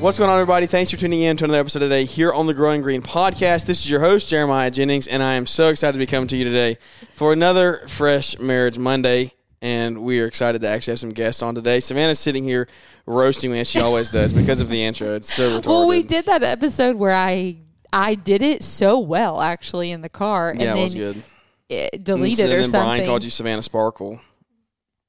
What's going on, everybody? Thanks for tuning in to another episode today here on the Growing Green Podcast. This is your host, Jeremiah Jennings, and I am so excited to be coming to you today for another Fresh Marriage Monday. And we are excited to actually have some guests on today. Savannah's sitting here roasting me as she always does because of the intro. It's so retarded. Well, we did that episode where I I did it so well actually in the car, and Yeah, then it was good. it And deleted then or Brian something. called you Savannah Sparkle.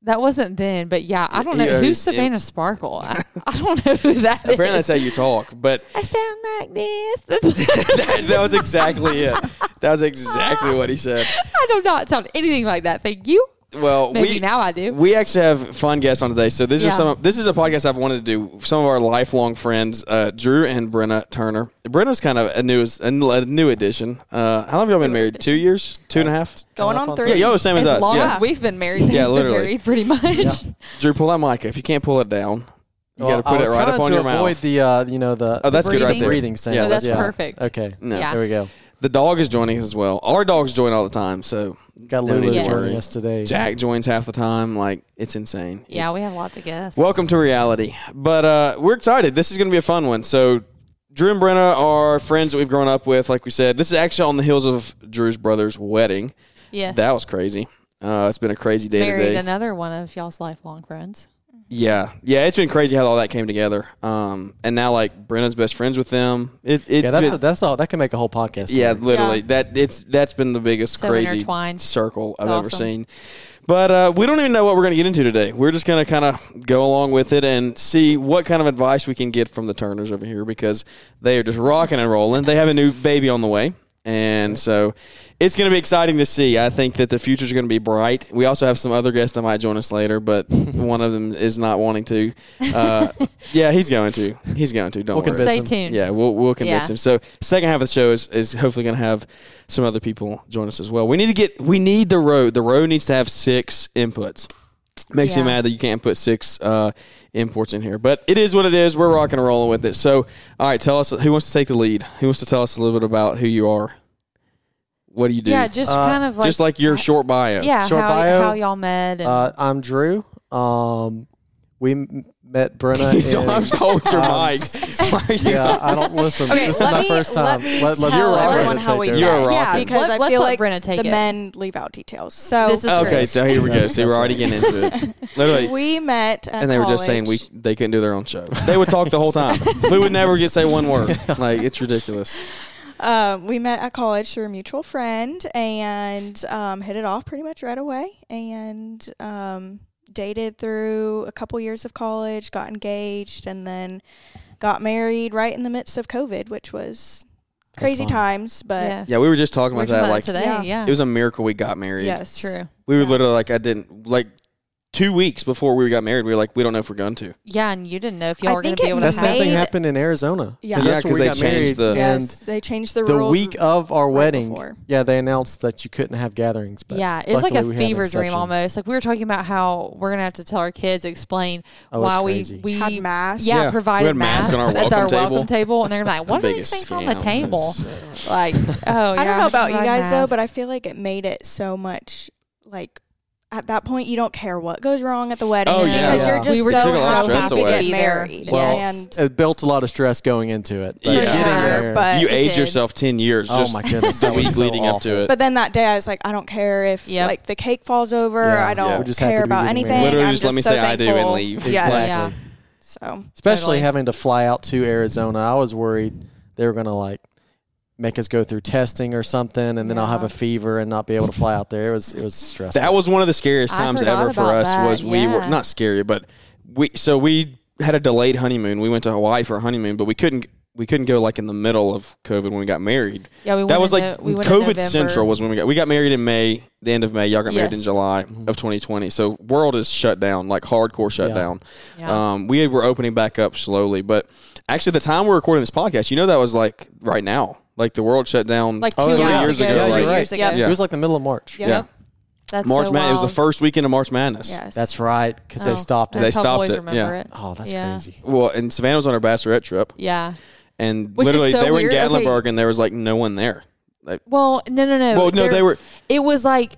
That wasn't then, but yeah, I don't know Yeah, who's it- Savannah Sparkle. I, I don't know who that is. Apparently, that's how you talk, but I sound like this. That's- that, that was exactly it. That was exactly what he said. I do not sound anything like that. Thank you. Well, Maybe we, now I do. We actually have fun guests on today. So this Yeah. is some. This is a podcast I've wanted to do. Some of our lifelong friends, uh, Drew and Brenna Turner. Brenna's kind of a new, a new addition. Uh, how long have y'all been married? Two years, two and a half. Going on three. Yeah, y'all the same as, As us. long yeah. as we've been married, they've been literally. married pretty much. Drew, pull that mic. If you can't pull it down, you Well, got to put I it was right up trying on to your avoid mouth. the uh, you know the Oh, that's good right breathing. there. breathing sound. Yeah, Oh, that's yeah. perfect. Okay, No. Yeah. there we go. The dog is joining us as well. Our dogs join all the time. So Got No need Lulu to Yes. joining worry. us today. Jack joins half the time. Like it's insane. Yeah, we have a lot to guess. Welcome to reality. But uh, we're excited. This is going to be a fun one. So, Drew and Brenna are friends that we've grown up with, like we said. This is actually on the heels of Drew's brother's wedding. Yes, That was crazy. Uh, it's been a crazy day married today. another one of y'all's lifelong friends. yeah. Yeah, it's been crazy how all that came together. Um, and now, like, Brenna's best friends with them. It, it, Yeah, that's a, that's all. That can make a whole podcast. yeah, literally. Yeah. That it's that's been the biggest So crazy intertwined. circle I've It's ever awesome. seen. But uh, we don't even know what we're going to get into today. We're just going to kind of go along with it and see what kind of advice we can get from the Turners over here because they are just rocking and rolling. They have a new baby on the way. And so it's going to be exciting to see. I think that the future's going to be bright. We also have some other guests that might join us later, but one of them is not wanting to. Uh, yeah, he's going to. He's going to. Don't We'll worry. convince Stay him. tuned. Yeah, we'll, we'll convince Yeah. him. So second half of the show is, is hopefully going to have some other people join us as well. We need to get we need the road. The road needs to have six inputs. Makes Yeah. me mad that you can't put six uh, imports in here, but it is what it is. We're rocking and rolling with it. So all right, tell us who wants to take the lead. Who wants to tell us a little bit about who you are? What do you do? Yeah, just Uh, kind of like Just like your short bio. yeah, Short how, bio. how y'all met. And, Uh, I'm Drew. Um, we m- met Brenna. So in- I'm told your Um, mic. Why are you- yeah, I don't listen. Okay, this is let my me- first let time. me let tell Brenna everyone take how we over. You're a Yeah, rocker. because Let- I let's feel let like Brenna take the it. men leave out details. So This is Uh, Okay, true. so here we go. See, we're already getting into it. Literally, we met, at and they were just saying we college. they couldn't do their own show. They would talk the whole time. we would never get say one word. Like it's ridiculous. Um, we met at college through a mutual friend and um, hit it off pretty much right away. And um, dated through a couple years of college, got engaged, and then got married right in the midst of COVID, which was crazy fun. times. But Yes. Yeah, we were just talking We're about talking that. about Like today. Yeah, Yeah. it was a miracle we got married. yes, true. We were literally like I didn't like two weeks before we got married. We were like we don't know if we're going to. Yeah, and you didn't know if y'all I were going think to be it able to That That's have. same Made- thing happened in Arizona. Yeah. That's Yeah, where 'cause we they got changed married, the- and Yes, they changed the, the rules. week of our wedding. before. Yeah, they announced that you couldn't have gatherings. But yeah, it's like a luckily we had an fever dream exception. almost. Like we were talking about how we're going to have to tell our kids explain Oh, it's why we crazy. we Had masks. Yeah, Yeah, we provided had masks masks on our at our welcome welcome table. table, and they're gonna be like, "What are these Biggest things on the scam. table?" Like, oh, yeah, I don't know about you provide guys though, but I masks. feel like it made it so much like at that point you don't care what goes wrong at the wedding Oh, yeah. because Yeah. you're just We were so just so happy happy to to get be there. married. Well, and it built a lot of stress going into it. but Yeah. getting sure, there- but You it age did. yourself ten years. Oh just my goodness, The that was week so leading up to awful. it. But then that day I was like, I don't care if Yep. like the cake falls over. Yeah. I don't Yeah. We're just happy to care be about getting married. anything. Literally I'm just let me so say I do and thankful. leave. Yes. Exactly. yeah, So especially Totally. having to fly out to Arizona. I was worried they were going to like make us go through testing or something, and then I'll have Yeah. a fever and not be able to fly out there. It was it was stressful. That was one of the scariest I times forgot ever for about us. that, Was we were yeah. not scary, but we so we had a delayed honeymoon. We went to Hawaii for a honeymoon, but we couldn't we couldn't go like in the middle of COVID when we got married. yeah. We that was like went in no- we went in COVID November. Central was when we got we got married in May, the end of May. Y'all got married in Yes. July of 2020. So world is shut down, like hardcore shut Mm-hmm. Yeah. down. Yeah. Um, we were opening back up slowly, but actually the time we're recording this podcast, you know, that was like right now. Like the world shut down Like two Oh, three yeah. years ago, Yeah, three you're right. years ago. Yep. It was like the middle of March. Yep. Yeah. That's March so Madness. It was the wild. first weekend of March Madness. Yes. That's right, because Oh, they stopped and it. They stopped always it, Remember yeah. it. Oh, that's Yeah. crazy. Well, and Savannah was on her bachelorette trip, Yeah. and Which is literally so they were in weird. Okay. Gatlinburg, and there was like no one there. Like, Well, no, no, no. well, no, There- they were. It was like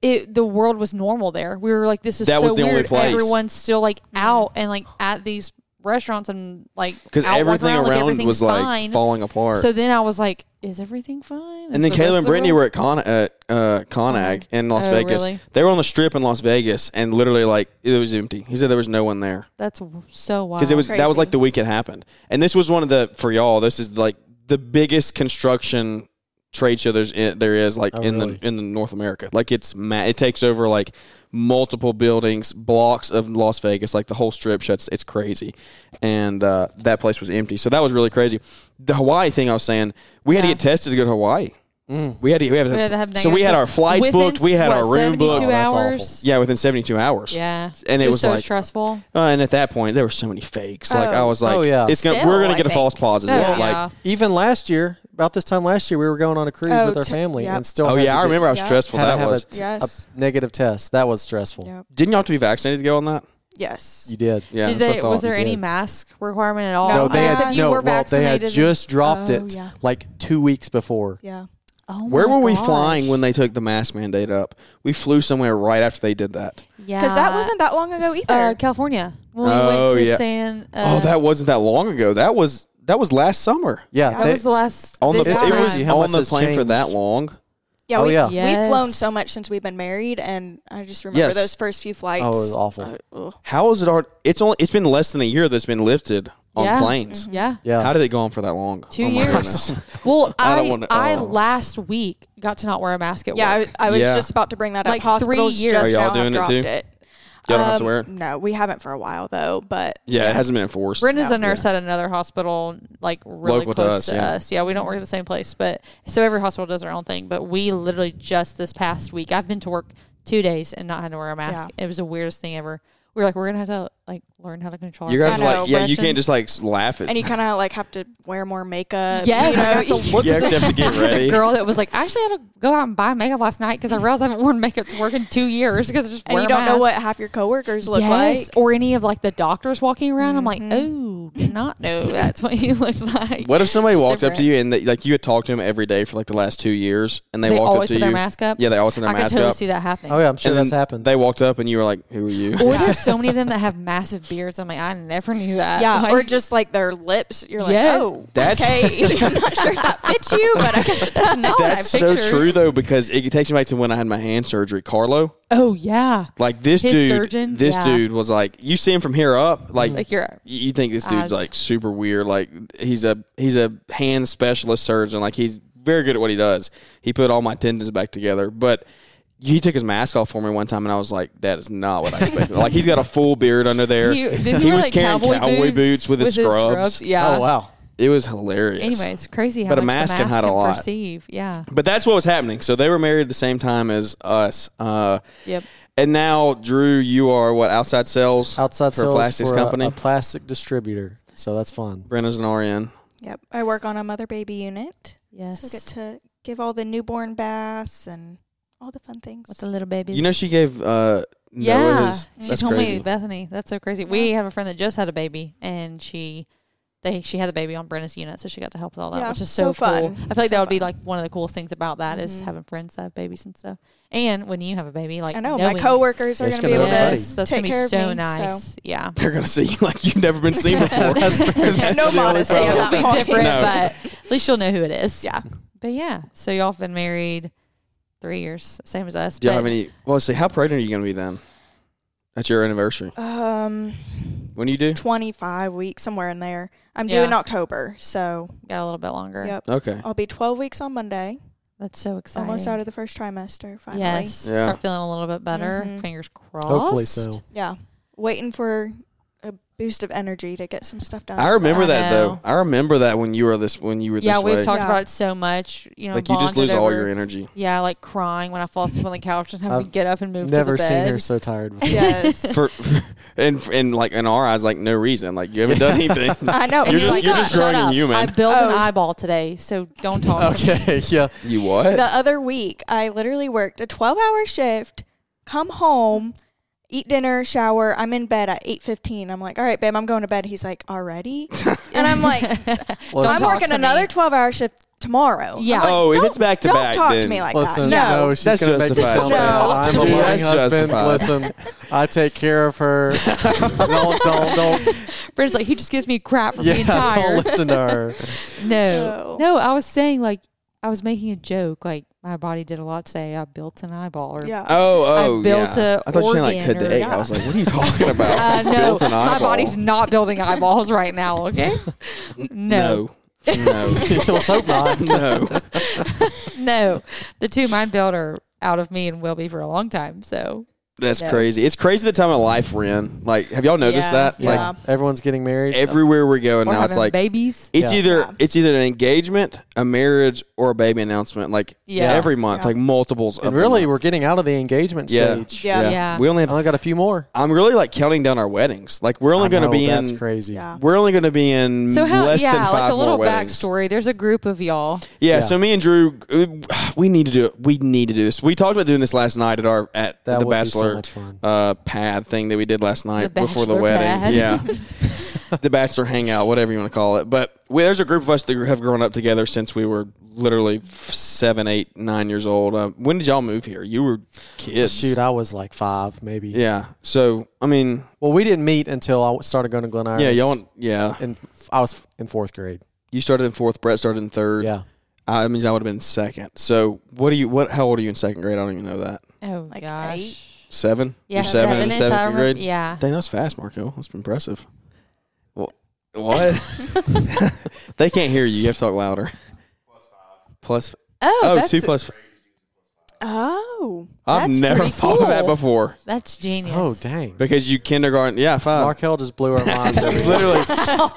it, the world was normal there. We were like, this is That so was the only weird. place. Everyone's still like out and like at these restaurants and like because out walking everything around, like, around everything's was like fine. falling apart. So then I was like, is everything fine? and then Kayla and Brittany were at Con at uh, Conag in Las Oh, Vegas. really? They were on the strip in Las Vegas, and literally like it was empty. He said there was no one there That's w- so wild. because it was that was Crazy. like the week it happened. And this was one of the for y'all. This is like the biggest construction trade show there's in, there is like Oh, in really? the in the North America. Like it's ma- it takes over like multiple buildings, blocks of Las Vegas. Like the whole strip shuts. It's crazy, and uh, that place was empty. So that was really crazy. The Hawaii thing I was saying, we had to Yeah. get tested to go to Hawaii. Mm. We had to, we had to, We had to have so we negative had our tests flights within, booked, we had what, our room 72 booked. Oh, that's hours. Yeah, within 72 hours. Yeah. And it was so like- stressful. Uh, and at that point, there were so many fakes. Like I Oh. was like, Oh, yeah. it's gonna, Still, we're gonna I get a think. false positive. Oh, like, yeah. Even last year, about this time last year, we were going on a cruise Oh, with our t- family yep. and still. oh had to yeah, I get- remember how Yeah. stressful had to that have was. A, Yes. a negative test. That was stressful. Yep. Didn't y'all have to be vaccinated to go on that? Yes. You did. Yeah, Did that's what I they, thought. was there you any did. mask requirement at all? No, No, they Yes. Because had if no. you were Well, they had vaccinated, just dropped Oh, it yeah. like two weeks before. Yeah. Oh Where my were we gosh. flying when they took the mask mandate up? We flew somewhere right after they did that. Yeah, Because that wasn't that long ago either. uh, California. When we Oh, went to yeah. San. oh, Uh, that wasn't that long ago. That was that was last summer. Yeah, that they- was the last. On the this It's it time. was crazy how on much the has plane for changed. that long. yeah. oh, we, yeah. Yes. We've flown so much since we've been married, and I just remember Yes. those first few flights. oh, it was awful. How is it? Already, it's only it's been less than a year that's been lifted on Yeah. Mm-hmm. planes. Yeah. Yeah. How did it go on for that long? Two Oh my years. goodness. Well, I I don't wanna- I oh. last week got to not wear a mask at Yeah, I, work. was- I was Yeah. just about to bring that up. Like three Hospitals years. just Are y'all now have doing it dropped too? Y'all don't have to Um, wear it? No, we haven't for a while though. But Yeah, it hasn't been enforced. Brenda's Yeah. a nurse at another hospital, like really Local to close us, to yeah. us. Yeah, we don't work at the same place, but so every hospital does their own thing. But we literally just this past week, I've been to work two days and not had to wear a mask. It was the weirdest thing ever. We were like, we're gonna have to like learn how to control. You're our gonna have to I like, know, yeah, you can't expressions. just like s- laugh at. and you kind of like have to wear more makeup. Yes, you I know, have to you- look you actually have to get ready. a girl that was like, I actually had to go out and buy makeup last night because I realized I haven't worn makeup to work in two years because I just and wear you a don't know mask." what half your coworkers look yes, like. Mm-hmm. or any of like the doctors walking around. I'm like, oh, did not know that's what you look like. What if somebody It's walked up to different. you and they, like you had talked to them every day for like the last two years, and they, They walked up always to put you? their mask up? Yeah, they always put their I could mask totally up. see that happening. Oh yeah, I'm sure and that's then happened. They walked up and you were like, "Who are you?" Or there's so many of them that have massive beards. I'm like, I never knew that. Yeah, Like, or just like their lips. You're like, Yeah. oh, That's- okay. I'm not sure if that fits you, but I guess it does. that's not what I That's so pictured. true though, because it takes me back to when I had my hand surgery. Carlo, Oh yeah, like this His dude, surgeon? this Yeah. dude was like, you see him from here up, like, like you're. you you think this dude's Eyes. like super weird. Like he's a he's a hand specialist surgeon. Like he's very good at what he does. He put all my tendons back together, but. He took his mask off for me one time, and I was like, "That is not what I expected." like he's got a full beard under there. He, did he wear, was like, carrying cowboy, boots, with his scrubs. Yeah. oh wow. It was hilarious. Anyway, it's crazy how But a much mask the can mask hide a lot. perceive. Yeah. But that's what was happening. So they were married at the same time as us. Uh, Yep. And now, Drew, you are what outside sales Outside for sales plastics for a- company. a plastic distributor. So that's fun. Brenna's an RN. Yep, I work on a mother baby unit, Yes. so I get to give all the newborn baths and all the fun things. With the little baby. You know, she gave uh, Noah yeah. his. she that's told crazy. me Bethany. That's so crazy. We have a friend that just had a baby, and she. They, she had the baby on Brenna's unit, so she got to help with all that, Yeah, which is so, so fun. cool. I feel like So that would be fun. like one of the coolest things about that is Mhm. having friends that have babies and stuff. And when you have a baby, like I know knowing, my coworkers are It's going to gonna be able be buddy. to yes, that's take gonna be care of so me, nice. Yeah, They're going to see you like you've never been seen before. That's- that's the no only modesty. problem. at it'll that be point. different, No. but at least you'll know who it is. Yeah. But yeah, so y'all have been married three years, same as us. Do you but have any? Well, let's see. How pregnant are you going to be then? At your anniversary. Um, When do you do? 25 weeks somewhere in there. I'm Yeah. due in October, so got a little bit longer. yep. Okay. I'll be 12 weeks on Monday. That's so exciting. Almost out of the first trimester finally. Yes, Yeah. start feeling a little bit better. Mhm. Fingers crossed. Hopefully so. Yeah. Waiting for a boost of energy to get some stuff done. I remember I that know. though. I remember that when you were this when you were Yeah, this we've way. talked Yeah. about it so much. You know, like you just bonded lose all over- your energy. Yeah, like crying when I fall asleep on the couch and having to I've get up and move Never to the seen bed. her so tired. Before. yes. for, for and and like in our eyes, like no reason. Like you haven't done anything. I know. You're just- you're just growing in you, man. I built an Oh. eyeball today, so don't talk. to me. Okay, yeah. you what? the other week, I literally worked a 12 hour shift, come home, eat dinner, shower. I'm in bed at 8.15. I'm like, all right, babe, I'm going to bed. He's like, already? and I'm like, Don't I'm talk working to me. another 12 hour shift tomorrow. Yeah. oh, if Don't- it's back to don't back, talk to then- me like Listen, that. No. no, she's That's gonna make me justified. sound bad. I'm No. a loving That's husband. justified. Listen, I take care of her. don't, don't, don't. Brent's like, he just gives me crap for Yeah, being don't tired. listen to her. No. No. No, I was saying like I was making a joke, like my body did a lot today. I built an eyeball or Yeah. Oh, oh, I built yeah. a I thought you were saying like organ or- today. I was like, what are you talking about? Uh, no, Built an my eyeball. body's not building eyeballs right now. Okay, no, no, no, Let's hope not. no. no, The two mind build are out of me and will be for a long time. So That's No. crazy. It's crazy the time of life we're in. Like, have y'all noticed Yeah. that? Yeah, Like everyone's getting married. everywhere we go or now, it's having like babies. it's Yeah. either it's either an engagement, a marriage, or a baby announcement. Like Yeah. every month, Yeah. like multiples. of and the really, month. we're getting out of the engagement yeah. stage. Yeah. Yeah. We only I have. only got a few more. I'm really like counting down our weddings. Like we're only I going to know, be that's in. crazy. Yeah. We're only going to be in So how? less than Yeah, five like a little more weddings. backstory. There's a group of y'all. Yeah, Yeah. So me and Drew, uh, we need to do. We need to do this. We talked about doing this last night at our at That the would be so bachelor much fun. uh, pad thing that we did last night The before the bachelor wedding. pad. Yeah, the bachelor hangout, whatever you want to call it. But we, there's a group of us that have grown up together since we were literally f- seven, eight, nine years old. Uh, when did y'all move here? You were kids. Shoot, I was like five, maybe. yeah. So I mean, Well, we didn't meet until I started going to Glen Iris. yeah, y'all. Yeah, And I was in fourth grade. you started in fourth. Brett started in third. Yeah. I that means I would have been second. So what do you? What? How old are you in second grade? I don't even know that. Oh Like gosh. eight? Seven? Yeah, You're seven, in seven-ish, I seventh remember- grade? Yeah. Dang, that was fast, Marco. That's impressive. Well, what? they can't hear you. You have to talk louder. Plus five. Oh, Plus, oh, that's, two plus five. Oh. I've that's never pretty thought of that cool. before that's genius. Oh, dang. because you kindergarten. Yeah, five. Markel just blew our minds. every day. Literally.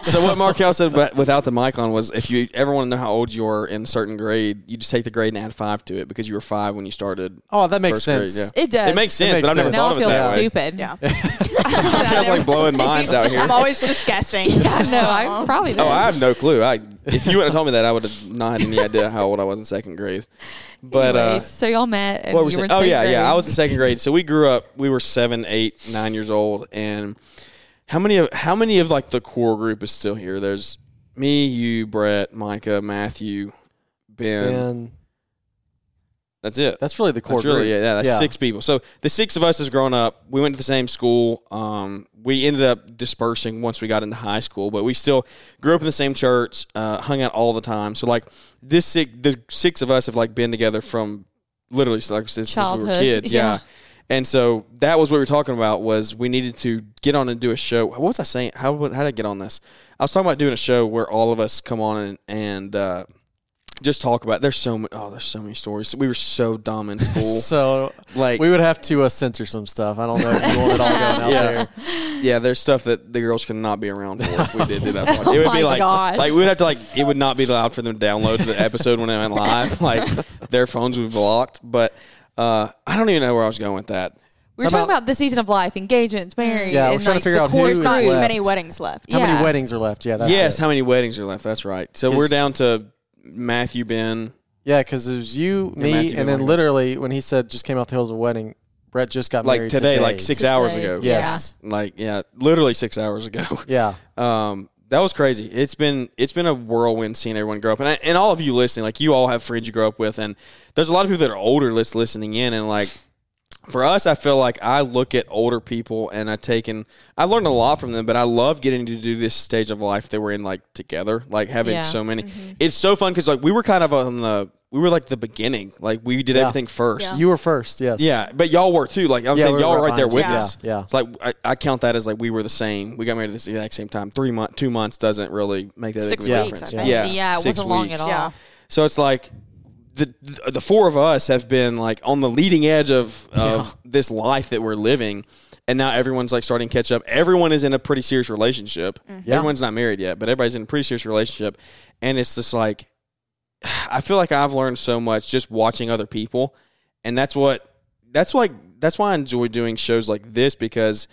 so what Markel said but without the mic on was if you ever want to know how old you are in a certain grade, you just take the grade and add five to it because you were five when you started. Oh, that First makes grade, sense. yeah. It does. It makes sense, makes but I've never sense. Now thought I of it feel that way. stupid. Yeah. I was like blowing minds out here. I'm always just guessing. I know. I probably. Oh, did. I have no clue. I if you wouldn't have told me that, I would have not had any idea how old I was in second grade. But Anyways, uh, so y'all met and what were we you were saying? in Oh second yeah, grade. yeah. I was in second grade, so we grew up. We were seven, eight, nine years old, and how many of how many of like the core group is still here? There's me, you, Brett, Micah, Matthew, Ben. And That's it. that's really the core That's really group. yeah, yeah, that's six people. So the six of us has grown up. We went to the same school. Um, we ended up dispersing once we got into high school, but we still grew up in the same church, uh, hung out all the time. So like this six, the six of us have like been together from literally s- like since, since we were Childhood, kids, yeah. yeah. And so that was what we were talking about was we needed to get on and do a show. What was I saying? How how did I get on this? I was talking about doing a show where all of us come on and, and uh, just talk about. There's so many. Oh, there's so many stories. We were so dumb in school. So like we would have to uh, censor some stuff. I don't know if you want it all going out Yeah. there. yeah, there's stuff that the girls could not be around for if we did do that. podcast. Oh it would my be like God. like we'd have to like it would not be allowed for them to download the episode when it went live. Like their phones would be blocked. But uh, I don't even know where I was going with that. We were talking about- about the season of life, engagements, married. Yeah, we're and trying to like figure the out who core is There's not group. too left. many weddings left. How Yeah. many weddings are left? Yeah, that's yes, it. how many weddings are left? That's right. So we're Just- down to Matthew, Ben. Yeah, because it was you, me, Matthew and then Morgan. literally when he said just came off the hills of a wedding, Brett just got Like married today, like six hours Today. ago. Yes. Like yeah, literally six hours ago. Yeah. um, that was crazy. It's been it's been a whirlwind seeing everyone grow up, and I, and all of you listening, like you all have friends you grow up with, and there's a lot of people that are older that's listening in, and like for us, I feel like I look at older people and I take in I learned a lot from them, but I love getting to do this stage of life that we're in like together, like having Yeah. so many. It's so fun because like we were kind of on the we were like the beginning, like we did Yeah. everything first. Yeah. You were first, yes. Yeah, but y'all were too. Like I'm Yeah, saying, we y'all were were right there behind with you. us. Yeah, yeah. It's like I, I count that as like we were the same. We got married at the exact same time. Three month, two months doesn't really make that Six big of a weeks, difference. I think. Yeah, Yeah, it six wasn't long weeks. at all. Yeah. So it's like the the four of us have been like on the leading edge of of this life that we're living, and now everyone's like starting to catch up. Everyone is in a pretty serious relationship. Yeah. Everyone's not married yet, but everybody's in a pretty serious relationship, and it's just like I feel like I've learned so much just watching other people, and that's what that's like that's why I enjoy doing shows like this because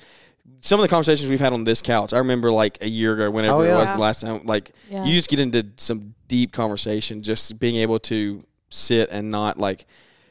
some of the conversations we've had on this couch, I remember like a year ago, whenever Oh, it yeah. was Yeah. the last time, like Yeah. you just get into some deep conversation, just being able to sit and not like,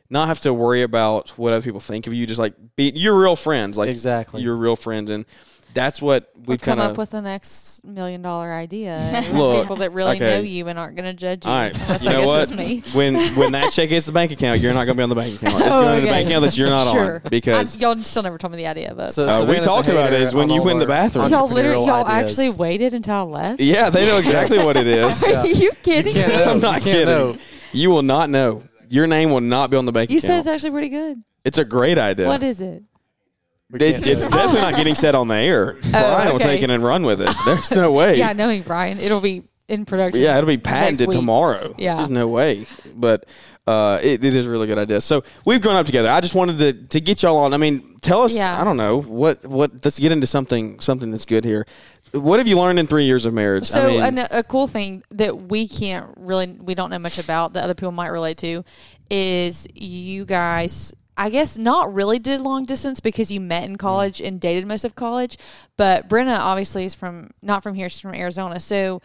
not have to worry about what other people think of you. Just like be your real friends, like Exactly. your real friends, and that's what We've we've come kind up of. with the next million dollar idea. Look, people that really okay. know you and aren't going to judge you. All right, Unless you I know guess what? it's me. When when that check hits the bank account, you're not going to be on the bank account. It's Oh, going to be the okay. bank account that you're not sure. on because I, y'all still never told me the idea, but So Uh, we Savannah's a talked about hater it is when on you all went in the our bathroom. y'all literally entrepreneurial y'all ideas. actually waited until I left. Yeah, they know exactly what it is. Yeah. Are you kidding can't me? know. I'm not You kidding. can't know. You will not know. Your name will not be on the bank You said account. it's actually pretty good. it's a great idea. What is it? We It- can't do it's it. definitely not getting said on the air. Brian will Oh, okay. take it and run with it. There's no way. Yeah, knowing Brian, it'll be in production. Yeah, it'll be next patented week. tomorrow. Yeah. There's no way. But uh, it, it is a really good idea. So we've grown up together. I just wanted to, to get y'all on. I mean, tell us, Yeah. I don't know, what, what, let's get into something, something that's good here. What have you learned in three years of marriage? So I mean, an- a cool thing that we can't really we don't know much about that other people might relate to is you guys I guess not really did long distance because you met in college and dated most of college, but Brenna obviously is from not from here she's from Arizona. So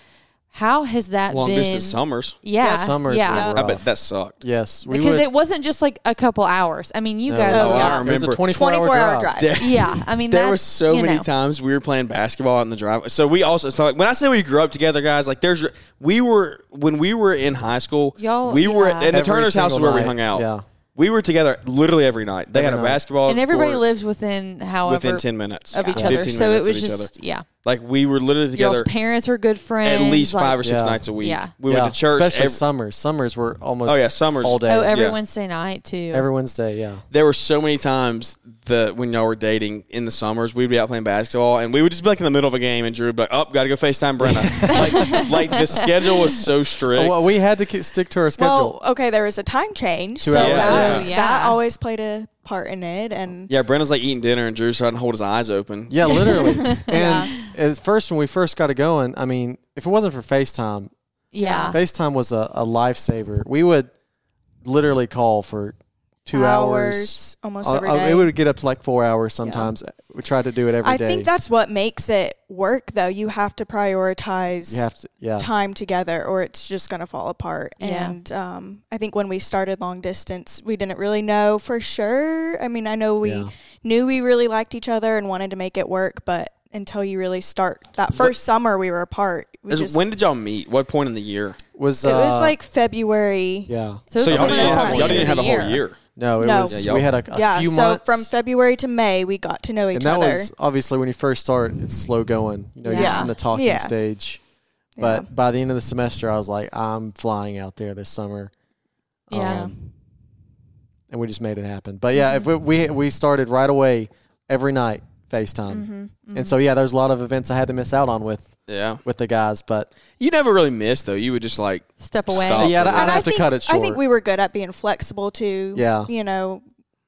how has that long been? distance summers. Yeah, Yeah, summers yeah. were I bet rough. that sucked. Yes, we because would- it wasn't just like a couple hours. I mean, you no, guys. Oh, I yeah. remember. It was a 24 hour 24 hour drive. drive. Yeah, I mean, There that's, were so you many know. times we were playing basketball out in the driveway. So we also so like when I say we grew up together, guys, like there's we were when we were in high school, Y'all- we were yeah. and the Every Turner's house is single where we night, hung out. yeah. We were together literally every night. They had a Every night. basketball and everybody court lives within however within ten minutes of each Yeah. other. 15 So it minutes of was each other. just yeah. like we were literally together Y'all's parents are good at friends. least like- five or six Yeah. nights a week. Yeah. We went to church. especially every- summers. Summers were almost Oh, yeah, summers. all day. Oh, every Yeah. Wednesday night too. every Wednesday, yeah. there were so many times that when y'all were dating in the summers, we'd be out playing basketball and we would just be like in the middle of a game and Drew would be like, oh, got to go FaceTime Brenna. like, like the schedule was so strict. Well, we had to ki- stick to our schedule. Well, okay, there was a time change, Two so hours. Yeah. that, that Yeah. always played a part in it. And yeah, Brenna's like eating dinner and Drew's trying to hold his eyes open. yeah, literally. and at first, when we first got it going, I mean, if it wasn't for FaceTime, Ah. yeah. FaceTime was a, a lifesaver. We would literally call for two hours. hours, almost Uh, every uh, day. It would get up to like four hours sometimes. Uh, We tried to do it every day. I think that's what makes it work, though. You have to prioritize you have to, yeah. time together, or it's just going to fall apart. Yeah. And um, I think when we started long distance, we didn't really know for sure. I mean, I know we Yeah. knew we really liked each other and wanted to make it work, but until you really start that first summer, we were apart. We Is- just- when did y'all meet? What point in the year? Was it was uh, like February. yeah. So, this So was y'all something coming didn't, that's up have, not at y'all the didn't end have a of the whole year. No, it No. was. Yeah, y'all- we had a, a yeah, few so months from February to May, we got to know each and that other. was obviously when you first start, it's slow going. You know, you're just Yeah. in the talking Yeah. stage. But Yeah. by the end of the semester, I was like, I'm flying out there this summer. Um, Yeah. and we just made it happen. But yeah, if we, we we started right away every night FaceTime, Mm-hmm, and so yeah, there's a lot of events I had to miss out on with Yeah. with the guys. But You never really missed, though. You would just like, Step away. Stop. yeah, I'd, I'd And I have to think- cut it short. I think we were good at being flexible too. Yeah. You know,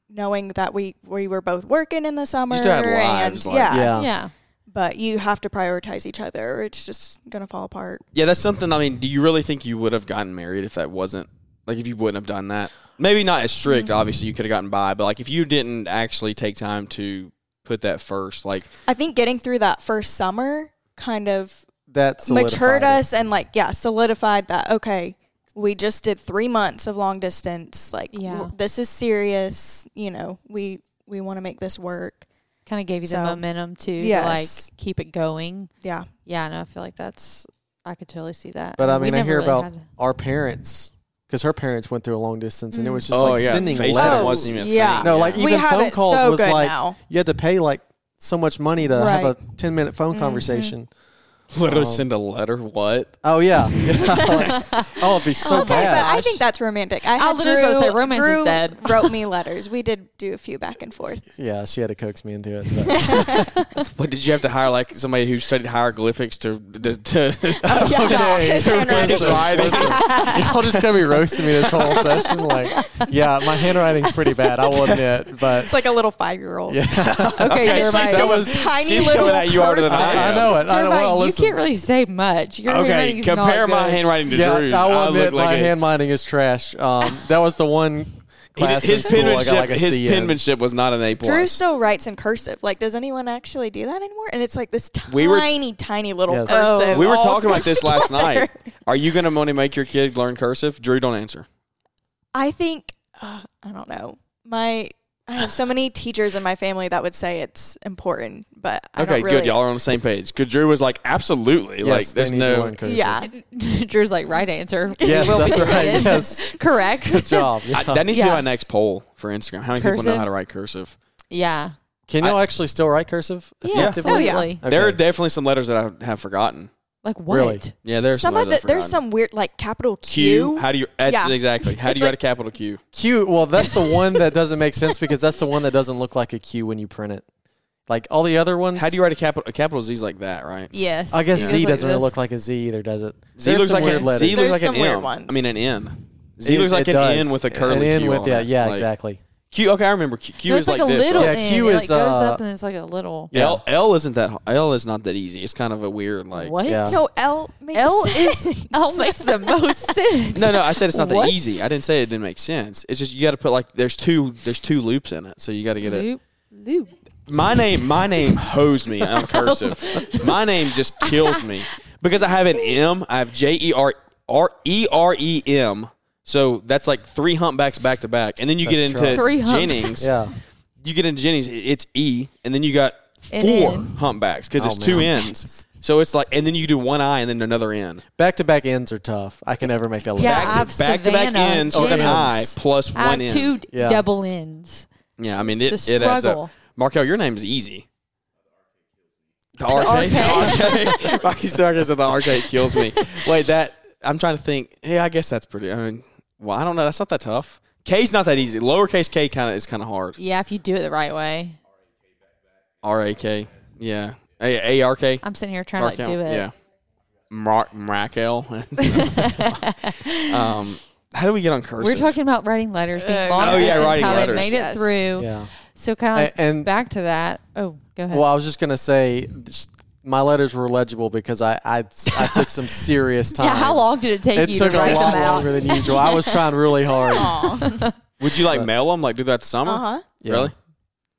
knowing that we we were both working in the summer. still had lives, and, like- yeah, yeah. Yeah. But you have to prioritize each other or it's just gonna fall apart. yeah, that's something. I mean, do you really think you would have gotten married if that wasn't, like, if you wouldn't have done that? Maybe not as strict, Mm-hmm. obviously, you could have gotten by, but like, if you didn't actually take time to put that first, like, I think getting through that first summer kind of that solidified matured it. us and like yeah, solidified that okay, we just did three months of long distance. Like Yeah. w- this is serious, you know, we we wanna make this work. Kind of gave you the So- momentum to Yes. like keep it going. Yeah. Yeah. No, I feel like that's. I could totally see that. But I We mean, I never hear really about had- our parents because her parents went through a long distance, Mm. and it was just Oh, like yeah. sending FaceTime letters. wasn't even a yeah. thing. No, like We even have phone it calls so was good like now. you had to pay like so much money to have Right. Mm-hmm. a ten minute phone conversation. literally send a letter. What? Oh yeah, oh it'd be so Okay, bad. But I think that's romantic. I I had was just gonna Drew, say romance is Drew dead. wrote me letters. We did do a few back and forth. yeah, she had to coax me into it. but- What did you have to hire like somebody who studied hieroglyphics to to, to Okay. His handwriting. Listen, listen. Y'all just gonna be roasting me this whole session. Like, yeah, my handwriting's pretty bad. I will admit, but It's like a little five year old. Okay, Okay, Jeremiah. that was- tiny she's little coming at you harder than person. I, I know it. I know. Jeremiah, Well, you listen. can't really say much. Your Okay, handwriting's not compare my good. handwriting to yeah, Drew's. I will admit look my a- handwriting is trash. Um, that was the one He did- class his in school, I penmanship, got like a his C in. penmanship was not an A plus. Drew still writes in cursive. Like, does anyone actually do that anymore? And it's like this tiny, We were- tiny little Yes. Oh. cursive. we were all talking about squished this last together. night. Are you going to money make your kid learn cursive? Drew, don't answer. I think uh, I don't know. My I have so many teachers in my family that would say it's important, but I Okay, don't really. good. Y'all are on the same page. Because Drew was like, absolutely. Yes, like, they there's need to no. learn cursive. Yeah, Drew's like right answer. We Yes, will be that's right. seeing it. Yes. correct. Good job. I, Yeah. that needs to be Yeah. my next poll for Instagram. How many people know Cursive? how to write cursive? Yeah. Can y'all actually still write cursive? Yeah. effectively? Oh, yeah. Absolutely. Okay. There are definitely some letters that I have forgotten. Like what? Really? Yeah, there's some of the, letters I've there's forgotten. some weird like capital Q. Q. How do you? That's Yeah. exactly. How do It's you write like- a capital Q? Q. Well, that's the one that doesn't make sense because that's the one that doesn't look like a Q when you print it. Like all the other ones. How do you write a capital? A capital Z's like that, right? Yes. I guess It Z goes doesn't really this. look like a Z either, does it? Z There's looks some like weird an, letters. Z looks There's like an some weird M. ones. I mean an N. Z looks It- like it an does. N with a An curly N Q with on yeah, it. yeah, Like, exactly. Q. Okay, I remember. Q, Q No, is it's like, like, a this. little right? Yeah, end. Q it is, like goes uh, up and it's like a little. Yeah. L L isn't that L is not that easy. It's kind of a weird like. What? Yeah. No, L makes L sense. is L makes the most sense. No, no, I said it's not that What? easy. I didn't say it didn't make sense. It's just you got to put like there's two there's two loops in it, so you got to get it. Loop, loop. My name my name hoes me. I'm cursive. My name just kills me because I have an M. I have J E R R E R E M. So that's like three humpbacks back to back, and then you That's get into Three hump- Jennings. Yeah. you get into Jenny's, it- it's E, and then you got An four N. humpbacks because it's Oh, two man. ends. So it's like, and then you do one eye and then another N. Back to back ends are tough. I can never make that look. Yeah, like I have back to back Savannah, ends with an Jennings. eye plus I one have N. two Yeah. double ends. Yeah, I mean it. It's a it adds up. struggle. Markel, your name's easy. The RK, the RK, Rocky Starkis of the RK kills me. Wait, that I'm trying to think. Yeah, I guess that's pretty. I mean, well, I don't know. That's not that tough. K's not that easy. Lowercase K kind of is kind of hard. Yeah, if you do it the right way. R A K. Yeah. A A R K. I'm sitting here trying to like do Markel, it. Yeah. Mark Markel. um, how do we get on cursive? We We're talking about writing letters being long oh, yeah, distance, writing how letters. they made Yes. it through. Yeah. So kind of A- and- back to that. Oh, go ahead. Well, I was just gonna say, just- my letters were legible because I I, I took some serious time. yeah, how long did it take It you took to a write lot them out? longer than usual. I was trying really hard. Would you like mail them? Like do that summer? Uh Uh-huh. huh. Yeah. Really?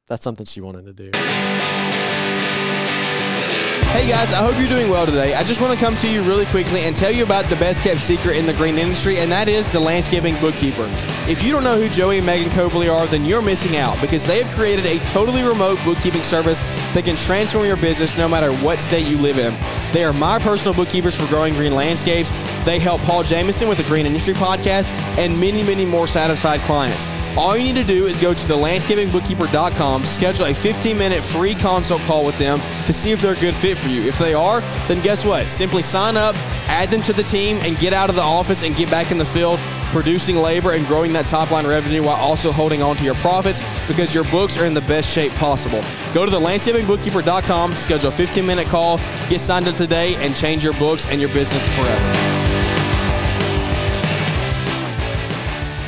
That's something she wanted to do. Hey guys, I hope you're doing well today. I just want to come to you really quickly and tell you about the best kept secret in the green industry, and that is the landscaping bookkeeper. If you don't know who Joey and Megan Cobley are, then you're missing out because they have created a totally remote bookkeeping service that can transform your business no matter what state you live in. They are my personal bookkeepers for Growing Green Landscapes. They help Paul Jameson with the Green Industry Podcast and many, many more satisfied clients. All you need to do is go to thelandscapingbookkeeper.com, schedule a 15 minute free consult call with them to see if they're a good fit for you. If they are, then guess what? Simply sign up, add them to the team, and get out of the office and get back in the field producing labor and growing that top line revenue while also holding on to your profits because your books are in the best shape possible. Go to thelandscapingbookkeeper.com, schedule a 15 minute call, get signed up today, and change your books and your business forever.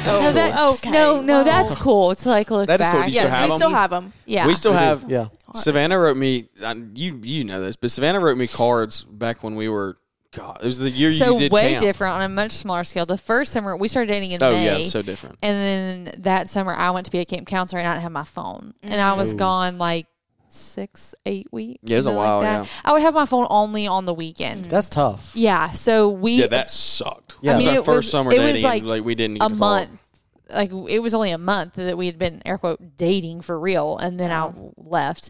Oh, no, that, no, no, that's cool. It's like look That is back. cool. Do you still yes. have we 'em? still have them. yeah. We still have. Yeah. Savannah wrote me. I, you you know this, but Savannah wrote me cards back when we were. God, it was the year so you did way camp. different on a much smaller scale. The first summer we started dating in Oh May. yeah, it's so different. And then that summer, I went to be a camp counselor and I didn't have my phone. And I was gone like six, eight weeks. Mm. Yeah, it was a something while, Like that. yeah. I would have my phone only on the weekend. That's tough. yeah. So we. Yeah, that sucked. Yeah, Yeah. it was I mean, our it first was- summer it was dating. like and, like we didn't a get to follow up. month. Like it was only a month that we had been air quote dating for real, and then I left.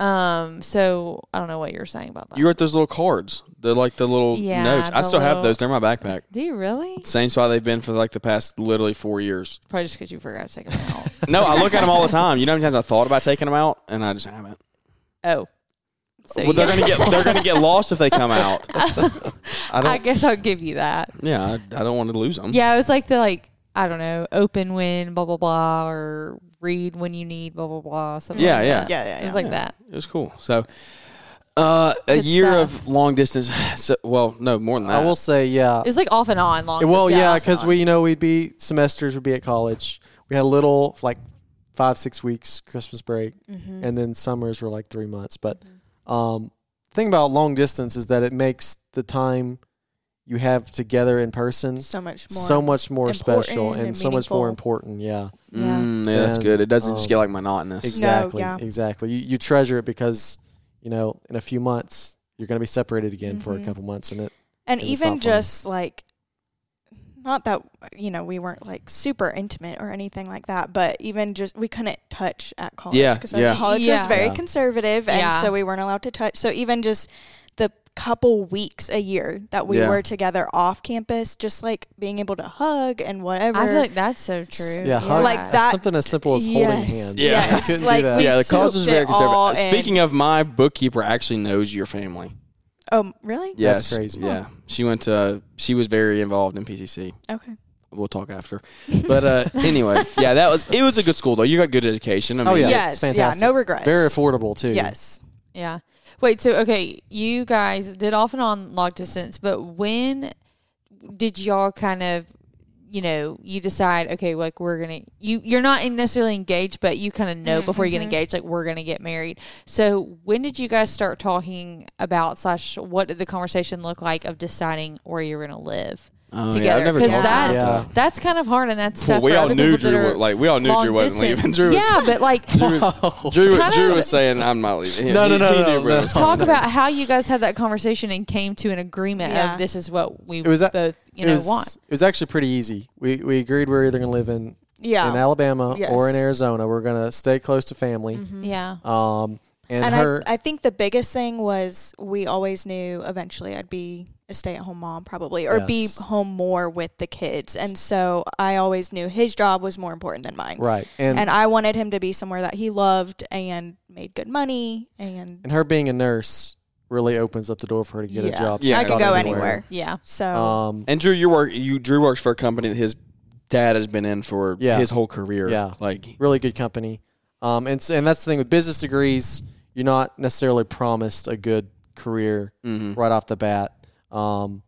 Um, so I don't know what you're saying about that. You wrote those little cards. They're like the little Yeah, notes. I the still have little- those. They're in my backpack. Do you really? Same spot they've been for like the past literally four years. Probably just because you forgot to take them out. No, I look at them all the time. You know how many times I thought about taking them out and I just haven't. oh, so well, they're yeah. gonna get they're gonna get lost if they come out. I don't. I guess I'll give you that. yeah, I, I don't want to lose them. Yeah, it was like the like I don't know, open when blah blah blah, or read when you need blah blah blah. Something Yeah, like yeah. that. Yeah, yeah, It was yeah. like that. It was cool. So, uh, a Good year stuff. of long distance. So, well, no, more than that. I will say, yeah. It was like off and on long. Well, distance. yeah, because we, you know, we'd be semesters would be at college. We had a little like five, six weeks Christmas break, Mm-hmm. and then summers were like three months. But um, thing about long distance is that it makes the time you have together in person, so much more. so much more special important and, and so much more meaningful. important. Yeah, Yeah. Mm, yeah, that's And, good. It doesn't just um, get like monotonous. exactly, yeah. exactly. You, you treasure it because you know in a few months you're going to be separated again for a Mhm. couple months, and it and It was even not fun. just like not that you know we weren't like super intimate or anything like that but even just we couldn't touch at college Yeah, because yeah. our college was Yeah. very Yeah. conservative and Yeah. so we weren't allowed to touch so even just the couple weeks a year that we Yeah. were together off campus just like being able to hug and whatever I feel like that's so true. yeah, hug- Like it's that- something as simple as holding yes, hands. Yeah. You yes. couldn't do like that. we yeah, the college soaked is very it all conservative. in- Speaking of, my bookkeeper actually knows your family. oh really Yes, That's crazy. Yeah, she went to. She was very involved in PCC. okay We'll talk after. But uh, anyway, yeah, that was. It was a good school though. You got good education. I mean, Oh, yeah. yes it's fantastic. yeah no regrets Very affordable too. yes Yeah. Wait, so okay, you guys did off and on long distance, but when did y'all kind of you know, you decide, okay, like we're gonna you you're not in- necessarily engaged, but you kinda know before you get engaged, like we're gonna get married. So when did you guys start talking about slash what did the conversation look like of deciding where you're gonna live? Oh, yeah, I've together never because talked that about Yeah. that's kind of hard and that's Well, tough. we for all other knew people that Drew. are wa- Like we all knew Drew long wasn't leaving. distance. Drew was. yeah, but like Drew was, Drew, Kind Drew of- was saying, "I'm not leaving." No, no, no, he, he no, knew where it no. was going. talk about how you guys had that conversation and came to an agreement Yeah. of this is what we was a- both you it know was, want. It was actually pretty easy. We we agreed we are either going to live in yeah in Alabama or in Yes. Mm-hmm. Arizona. We're going to stay close to family. Yeah, Um, and, and her I, I think the biggest thing was we always knew eventually I'd be a stay-at-home mom probably or be Yes. home more with the kids and so I always knew his job was more important than mine right and, and and I wanted him to be somewhere that he loved and made good money and her being a nurse really opens up the door for her to get Yeah. a job. Yeah. to I could start go anywhere, yeah, so Um, And Drew, you work. You Drew works for a company that his dad has been in for Yeah. his whole career. Yeah. like really good company. Um, and s- and that's the thing with business degrees, you're not necessarily promised a good career mm-hmm. right off the bat. Um,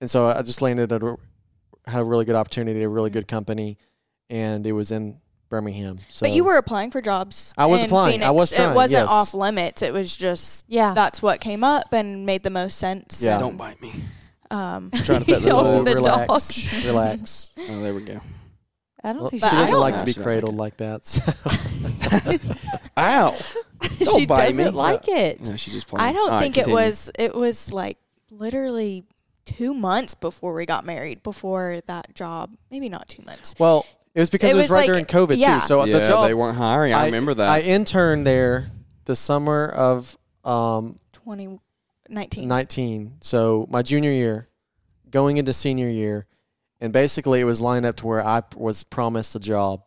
and so I just landed at a, had a really good opportunity, a really good company, and it was in Birmingham. So but you were applying for jobs I was in applying. I Phoenix. was trying, it wasn't yes. off limits it was just yeah. that's what came up and made the most sense Yeah. don't bite me. I'm um trying to pet the Don't dog. the Relax, relax. Oh, there we go. I don't Well, she think But she, I doesn't don't like to know. be cradled like that. so- Ow! Don't she bite doesn't me. like it. No, she's just playing. I don't All right, think it continue. was. It was like literally two months before we got married. Before that job, maybe not two months. well, it was because It it was, was right like- during COVID yeah. too. So Yeah, the job they weren't hiring. I, remember that. I interned there the summer of um, Twenty nineteen. 19. So my junior year, going into senior year, and basically it was lined up to where I p- was promised a job.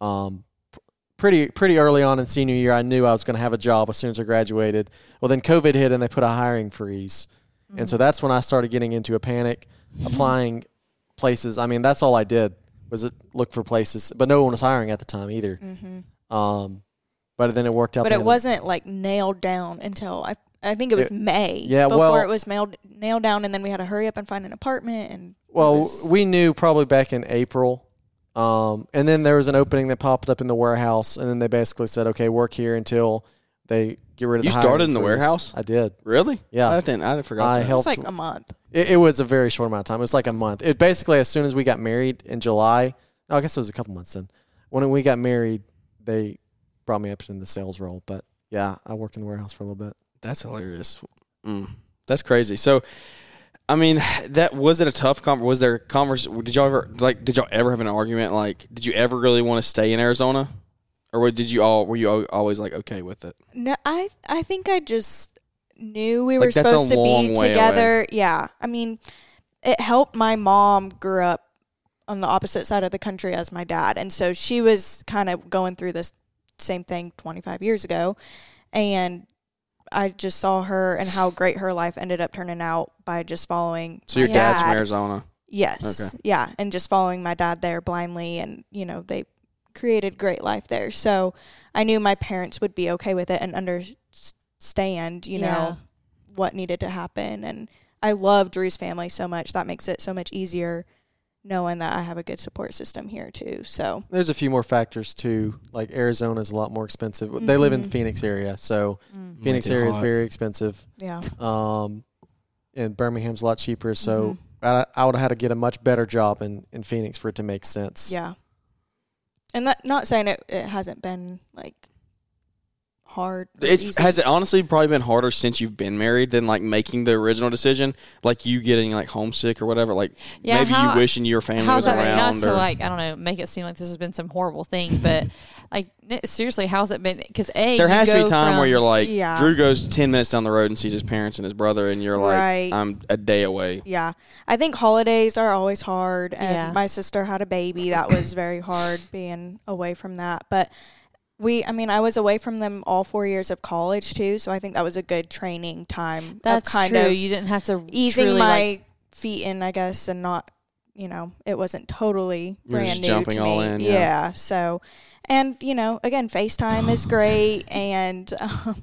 Um, pr- pretty pretty early on in senior year, I knew I was going to have a job as soon as I graduated. Well, then COVID hit and they put a hiring freeze, and Mm-hmm. so that's when I started getting into a panic, applying places. I mean, that's all I did was it look for places, but no one was hiring at the time either. Um, but then it worked out. Mm-hmm. But the it other- wasn't like nailed down until I. I think it was It- May. yeah, Before well- it was nailed nailed down, and then we had to hurry up and find an apartment. And it Well, was- we knew probably back in April. Um, and then there was an opening that popped up in the warehouse, and then they basically said, "Okay, work here until they get rid of." You the started hiring in the freeze." warehouse? I did. really. Yeah. I didn't. I forgot. I that. it was helped. like a month. it, it was a very short amount of time. It was like a month. It basically as soon as we got married in July. No, I guess it was a couple months then. When we got married, they brought me up in the sales role. But yeah, I worked in the warehouse for a little bit. That's hilarious. Mm, that's crazy. So, I mean, that was it a tough con? Was there a converse? Did y'all ever like? Did y'all ever have an argument? Like, did you ever really want to stay in Arizona, or what- did you all? Were you al- always like okay with it? No, I I think I just knew we Like, were that's a supposed to long be way together. Yeah. I mean, it helped my mom grew up on the opposite side of the country as my dad. And so she was kind of going through this same thing 25 years ago and I just saw her and how great her life ended up turning out by just following So your my dad's from dad. Arizona. Yes. Yeah, and just following my dad there blindly and you know, they created great life there. So I knew my parents would be okay with it and understand, you Yeah. know, what needed to happen and I love Drew's family so much. That makes it so much easier knowing that I have a good support system here too. So There's a few more factors too. Like Arizona's a lot more expensive. They Mm. live in the Phoenix area, so Phoenix Mm-hmm. Might be area is hot. very expensive. yeah. Um, and Birmingham's a lot cheaper. So Mhm. Mm-hmm. I, I would have had to get a much better job in, in Phoenix for it to make sense. Yeah. And that, not saying it, it hasn't been like hard. or It's, easy. has it honestly probably been harder since you've been married than like making the original decision, like you getting like homesick or whatever. Like Yeah, maybe how- you wishing your family How's was that around. not to or, like I don't know make it seem like this has been some horrible thing, but like n- seriously, how's it been? Because a there you has to be go time where from- you're like Yeah. Drew goes ten minutes down the road and sees his parents and his brother, and you're like, Right. I'm a day away. Yeah. I think holidays are always hard. And Yeah. my sister had a baby. That was very hard being away from that. But we, I mean, I was away from them all four years of college too. So I think that was a good training time. that's of kind true. of you didn't have to easing truly, my like, feet in, I guess, and not, you know, it wasn't totally You're brand just new jumping to all me. in, yeah. yeah. So, and you know, again, FaceTime is great, and um,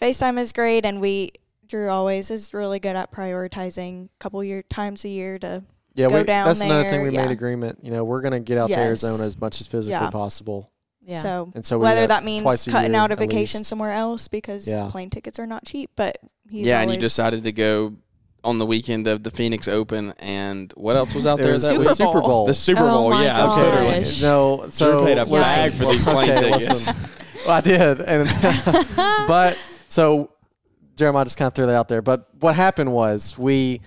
FaceTime is great, and we Drew always is really good at prioritizing a couple year times a year to Yeah, Go we, down that's another thing there, we yeah. made agreement. You know, we're gonna get out to Yes. Arizona as much as physically Yeah. possible. yeah. so. And so we Whether got that means twice a cutting year out a at vacation least. somewhere else because Yeah. plane tickets are not cheap, but he's yeah, and always, you decided to go on the weekend of the Phoenix Open, and what else was out It there? was that the week? Super Bowl. The Super Oh Bowl, my yeah, gosh. literally. Gosh. No, so Drew paid a listen. bag for these plane okay, tickets. listen. Well, I did, and but so Jeremiah just kind of threw that out there. But what happened was we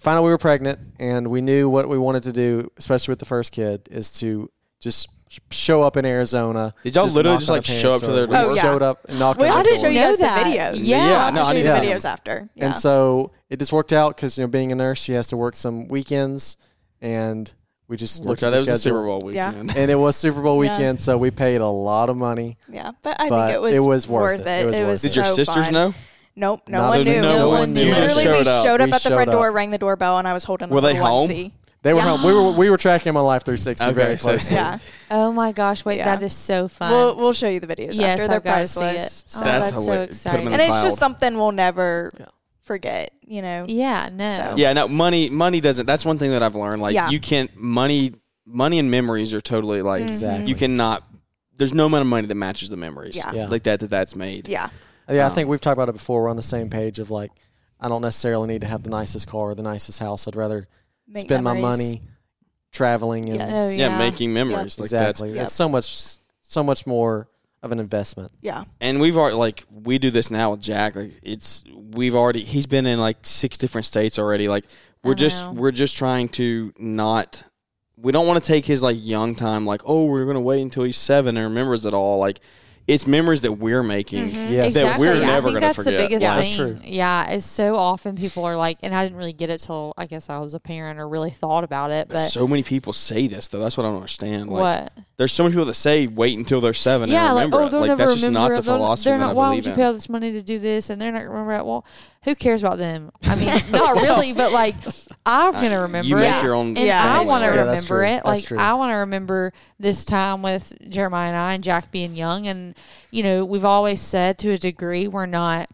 found out we were pregnant, and we knew what we wanted to do, especially with the first kid, is to just sh- show up in Arizona. Did y'all literally knock just, on like, their show up parents' to their door. We Oh, yeah. showed up and knocked Well, on I'll their just show door. you Know guys the that. videos. Yeah. Yeah, I'll no, have to I show need you the that. videos after. Yeah. And so it just worked out because you know being a nurse, she has to work some weekends, and we just Looked looked out, at that the was the schedule. Super Bowl Yeah. weekend. and it was Super Bowl Yeah. weekend, so we paid a lot of money. Yeah, but I But think it was it was worth it. It It was worth was, it. Did your so sisters fun. know? Nope, no Not- one So knew. no No one one knew. knew. You Literally, just we showed up. showed up We at the front showed door, up. rang the doorbell, and I was holding. the Were they little home? onesie. They were Yeah. home. We were we were tracking my life through sixty Okay, very so- closely. Yeah, oh my gosh, wait, Yeah. that is so fun. we'll we'll show you the videos Yes, after. They're I've gotta see it. priceless. Oh, so- That's so hilarious. exciting. Put 'em in and a it's file. just something we'll never Yeah. forget. You know. yeah, no, So- Yeah, no, money money doesn't that's one thing that I've learned. Like Yeah. you can't money money and memories are totally Mm-hmm. like Exactly. you cannot there's no amount of money that matches the memories. Yeah. Yeah. Like that that that's made. Yeah. Yeah, I Um, think we've talked about it before. We're on the same page of like, I don't necessarily need to have the nicest car or the nicest house. I'd rather Make spend my memories. money traveling and Yes. Oh, Yeah, Yeah. making memories. Like that's exactly. Yep. It's so much so much more of an investment. Yeah. and we've already like we do this now with Jack. Like it's we've already he's been in like six different states already. Like we're I just know. we're just trying to not we don't want to take his like young time like oh we're gonna wait until he's seven and remembers it all. Like it's memories that we're making. Yeah, that Mm-hmm. exactly. we're I never think gonna that's the forget. biggest Yeah, that's thing. Yeah, is so often people are like, and I didn't really get it till I guess I was a parent or really thought about it, but so many people say this though. That's what I don't understand. Like, what? There's so many people that say wait until they're seven. yeah, and like remember oh, it. they'll like never that's just remember. not the they'll not- philosophy they're not. that I why believe would you in. pay all this money to do this? And they're not gonna remember it. Well, who cares about them? I mean, not really, but like I'm gonna remember. Uh, make it. your own and Yeah. I things. want to Yeah, that's remember true. it. That's Like true. I want to remember this time with Jeremiah and I and Jack being young, and you know we've always said to a degree we're not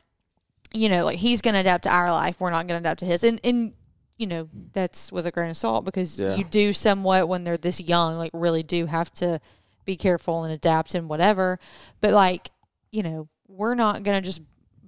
you know, like he's going to adapt to our life. We're not going to adapt to his. And, and, you know, that's with a grain of salt because Yeah. you do somewhat when they're this young, like really do have to be careful and adapt and whatever. But like, you know, we're not going to just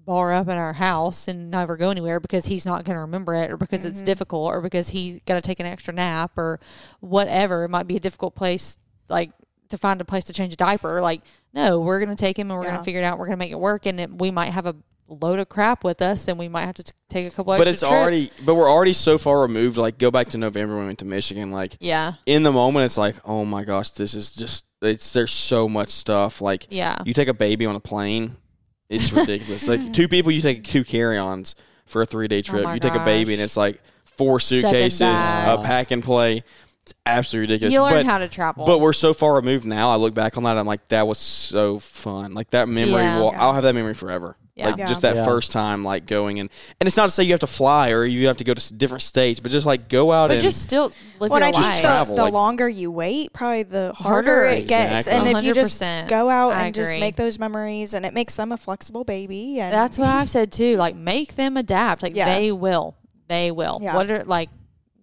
bar up at our house and never go anywhere because he's not going to remember it or because it's difficult or because he's got to take an extra nap or whatever. It might be a difficult place, like, to find a place to change a diaper. Like, no, we're going to take him and we're going Yeah. to figure it out. We're going to make it work. And it, we might have a load of crap with us and we might have to t- take a couple extra but it's trips. already but we're already so far removed. Like go back to November when we went to Michigan. Like Yeah. in the moment it's like oh my gosh this is just it's there's so much stuff like Yeah. you take a baby on a plane it's ridiculous like two people you take two carry-ons for a three-day trip Oh my you take a baby gosh. and it's like four Seven suitcases a bags. pack and play it's absolutely ridiculous You learn but, how to travel. but we're so far removed now i look back on that i'm like that was so fun like that memory Yeah. will i'll have that memory forever Yeah. like Yeah. just that Yeah. first time like going and and it's not to say you have to fly or you have to go to s- different states but just like go out but and just still live When your I life. think the, travel, the like- longer you wait, probably the Harder harder, it it gets. Exactly. And if you just 100%. go out I and just agree. make those memories, and it makes them a flexible baby. And That's what I've said too. Like, make them adapt. Like, Yeah. they will. They will. Yeah. What are, like,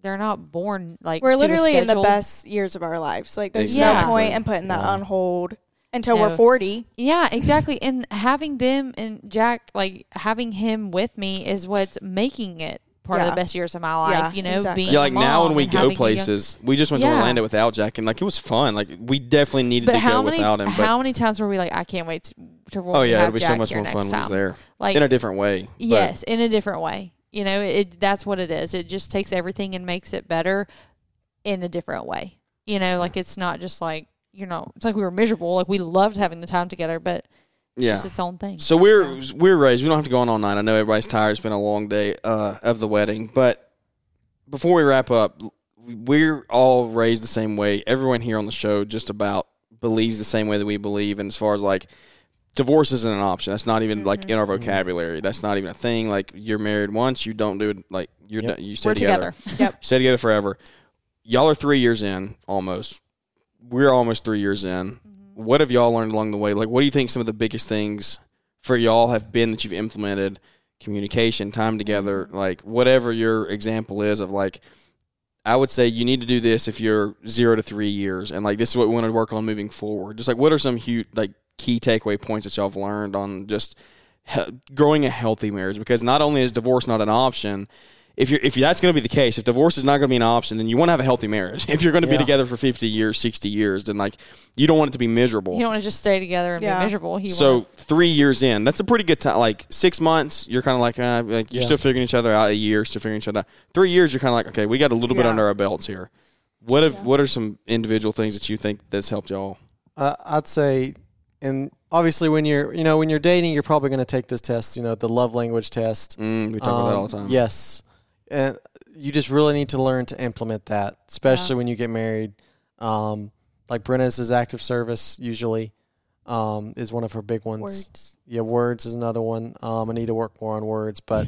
they're not born like we're to a literally in the schedule. best years of our lives. Like there's Exactly. no point in putting that on hold. until No. we're 40. Yeah, exactly. And having them and Jack, like having him with me, is what's making it part of Yeah. the best years of my life. Yeah, you know, exactly. being Yeah, like a now when mom we and go having a young- places, we just went to Yeah. Orlando without Jack, and like it was fun. Like we definitely needed But to how go many without him. But how many times were we like, I can't wait to, to oh yeah, have it'd be Jack so much here more fun next when time. he's there, Like in a different way. But yes, in a different way. You know, it that's what it is. It just takes everything and makes it better in a different way. You know, like it's not just like you know, it's like we were miserable. Like we loved having the time together, but it's yeah. just its own thing. So we're we're raised. We don't have to go on all night. I know everybody's tired. It's been a long day uh, of the wedding, but before we wrap up, we're all raised the same way. Everyone here on the show just about believes the same way that we believe. And as far as like divorce isn't an option. That's not Mm-hmm. even like in our vocabulary. That's not even a thing. Like you're married once, you don't do it. Like you're Yep. done- you stay we're together. Yep. stay together forever. Y'all are three years in almost. We're almost three years in. Mm-hmm. What have y'all learned along the way? Like, what do you think some of the biggest things for y'all have been that you've implemented? Communication, time together, like whatever your example is of like, I would say you need to do this if you're zero to three years, and like this is what we want to work on moving forward. Just like, what are some huge like key takeaway points that y'all have learned on just he- growing a healthy marriage? Because not only is divorce not an option, if you're if that's going to be the case, if divorce is not going to be an option, then you want to have a healthy marriage. If you're going to be Yeah. together for fifty years, sixty years, then like you don't want it to be miserable. You don't want to just stay together and Yeah. be miserable. You so wanna- three years in, that's a pretty good time. Like six months, you're kind of like uh, like you're Yeah. still figuring each other out. A year, still figuring each other out. Three years, you're kind of like okay, we got a little bit Yeah. under our belts here. What have what are some individual things that you think that's helped y'all? Uh, I'd say, and obviously when you're you know when you're dating, you're probably going to take this test. You know the love language test. Mm, we talk about that Um, all the time. Yes, and you just really need to learn to implement that, especially when you get married. Um, like Brenna's is active service usually um, is one of her big ones. Words. Yeah, words is another one. Um, I need to work more on words, but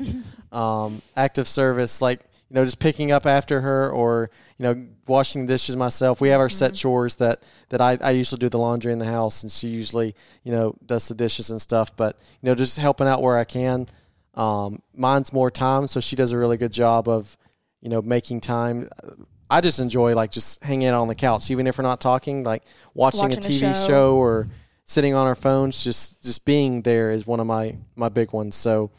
um, active service, like you know, just picking up after her, or you know, washing the dishes myself. We have our Mm-hmm. set chores that that I, I usually do the laundry in the house, and she usually you know does the dishes and stuff. But you know, just helping out where I can. Um, mine's more time, so she does a really good job of you know making time. I just enjoy like just hanging out on the couch, even if we're not talking, like watching, Watching a a TV show. show or sitting on our phones just just being there is one of my my big ones so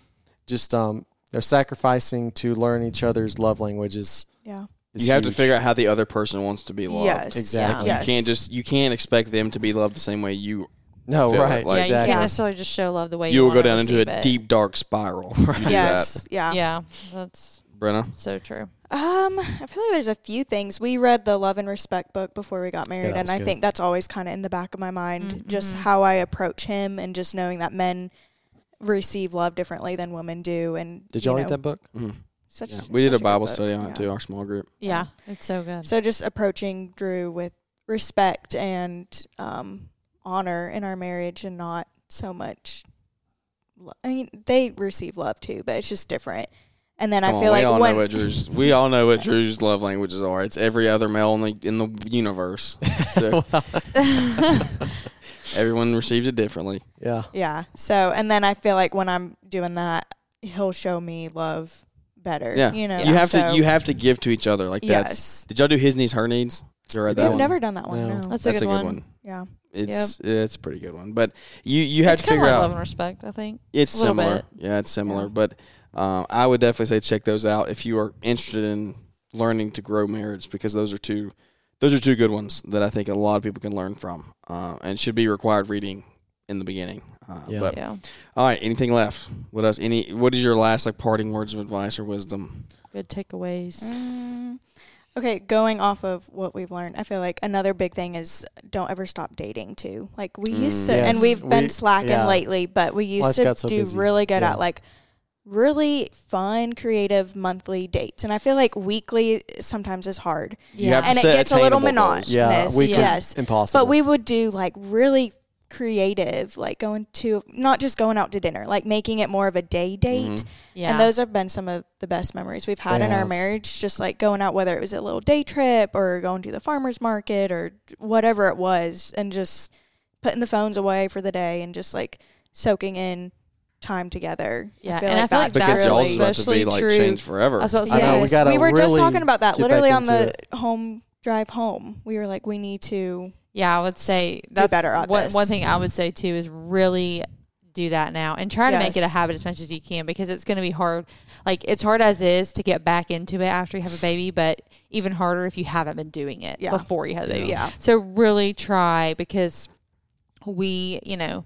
just um they're sacrificing to learn each other's love languages Yeah. you have to figure out how the other person wants to be loved. Yes. Exactly. Yes. You can't just you can't expect them to be loved the same way you. no feel it, right like- yeah, you exactly can't necessarily just show love the way you, You will go wanna down into a receive it. deep dark spiral. if you do Yes. Yeah. Yeah, that's that. Brenna. so true. Um, I feel like there's a few things. We read the Love and Respect book before we got married, that and was I good. think that's always kind of in the back of my mind, Mm-hmm. just Mhm. how I approach him, and just knowing that men receive love differently than women do. And did y'all you read know, that book Mhm. Such, Yeah. We did a such good Bible book. study on Yeah. it too. Our small group. Yeah, it's so good. So just approaching Drew with respect and um, honor in our marriage, and not so much. lo- I mean, they receive love too, but it's just different. And then Come I on, feel we like all when know what Drew's. We all know what Drew's love languages are. It's every other male in the in the universe. So everyone receives it differently. yeah Yeah. So, and then I feel like when I'm doing that, he'll show me love better. Yeah, You know, you have so- to you have to give to each other like that's yes. Did y'all do his needs, her needs? You read that We've one? never done that one. No. No. that's a That's good, one. yeah. It's it's a pretty good one, but you you had it's to kind of figure like out. love and respect, I think. It's A little similar. bit. Yeah, it's similar. Yeah. But um, I would definitely say check those out if you are interested in learning to grow marriage because those are two those are two good ones that I think a lot of people can learn from uh, and should be required reading in the beginning. Uh, Yeah. But Yeah, all right, anything left? What else? Any? What is your last like parting words of advice or wisdom? good takeaways. Mm. Okay, going off of what we've learned, I feel like another big thing is don't ever stop dating too. Like we Mm. used to, Yes. and we've been We- slacking yeah. lately, but we used Life to got so do busy. really good Yeah. at like really fun, creative monthly dates. And I feel like weekly sometimes is hard. You have to And it set gets a little attainable goals. monotonous. yeah Yes, we can, yes. impossible But we would do like really creative, like going to not just going out to dinner, like making it more of a day date. Mm-hmm. Mhm. yeah, And those have been some of the best memories we've had They in our have. marriage, just like going out, whether it was a little day trip or going to the farmer's market or whatever it was, and just putting the phones away for the day and just like soaking in time together. Yeah, and I feel like Because That's y'all's really- about to be especially like true. changed forever. I was about to I say, know, we Yes, gotta we, were just really talking about that get back literally on into the home drive home. We were like, we need to Yeah, I would say that's better at one, this. one thing I would say too is really do that now and try to make it a Yes. habit as much as you can because it's going to be hard. Like it's hard as is to get back into it after you have a baby, but even harder if you haven't been doing it Yeah. before you had a baby. Yeah. So really try because we, you know,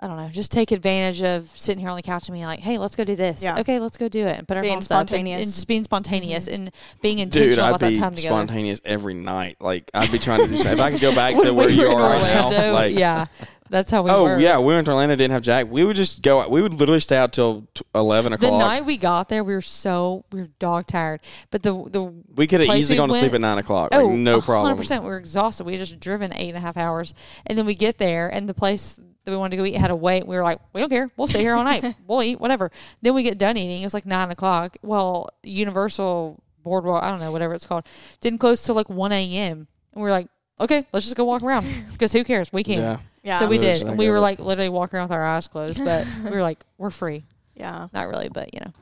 I don't know, just take advantage of sitting here on the couch and being like, "Hey, let's go do this." Yeah. Okay, let's go do it and put our Being phones up and- spontaneous. Mm-hmm. and, just being spontaneous and being intentional Dude, I'd about be that time together. spontaneous every night. Like I'd be trying to do something. If I could go back to When where we you were in are right Orlando, now, like yeah, that's how we oh were. yeah, we went to Orlando, didn't have Jack. We would just go. out. We would literally stay out till t- eleven The o'clock. night we got there, we were so we were dog tired, but the the we could have place easily we gone to sleep went- at nine o'clock. oh like, no problem. 100%, we were exhausted. We had just driven eight and a half hours, and then we get there, and the place that we wanted to go eat had a wait. We were like, we don't care, we'll stay here all night, we'll eat whatever. Then we get done eating. It was like nine o'clock. Well, Universal Boardwalk, I don't know, whatever it's called, didn't close till like one a.m. And we were like, okay, let's just go walk around because who cares? We can. Yeah. Yeah. So we Literally did. just And like we go. were like literally walking around with our eyes closed, but we were like, we're free. yeah. Not really, but you know.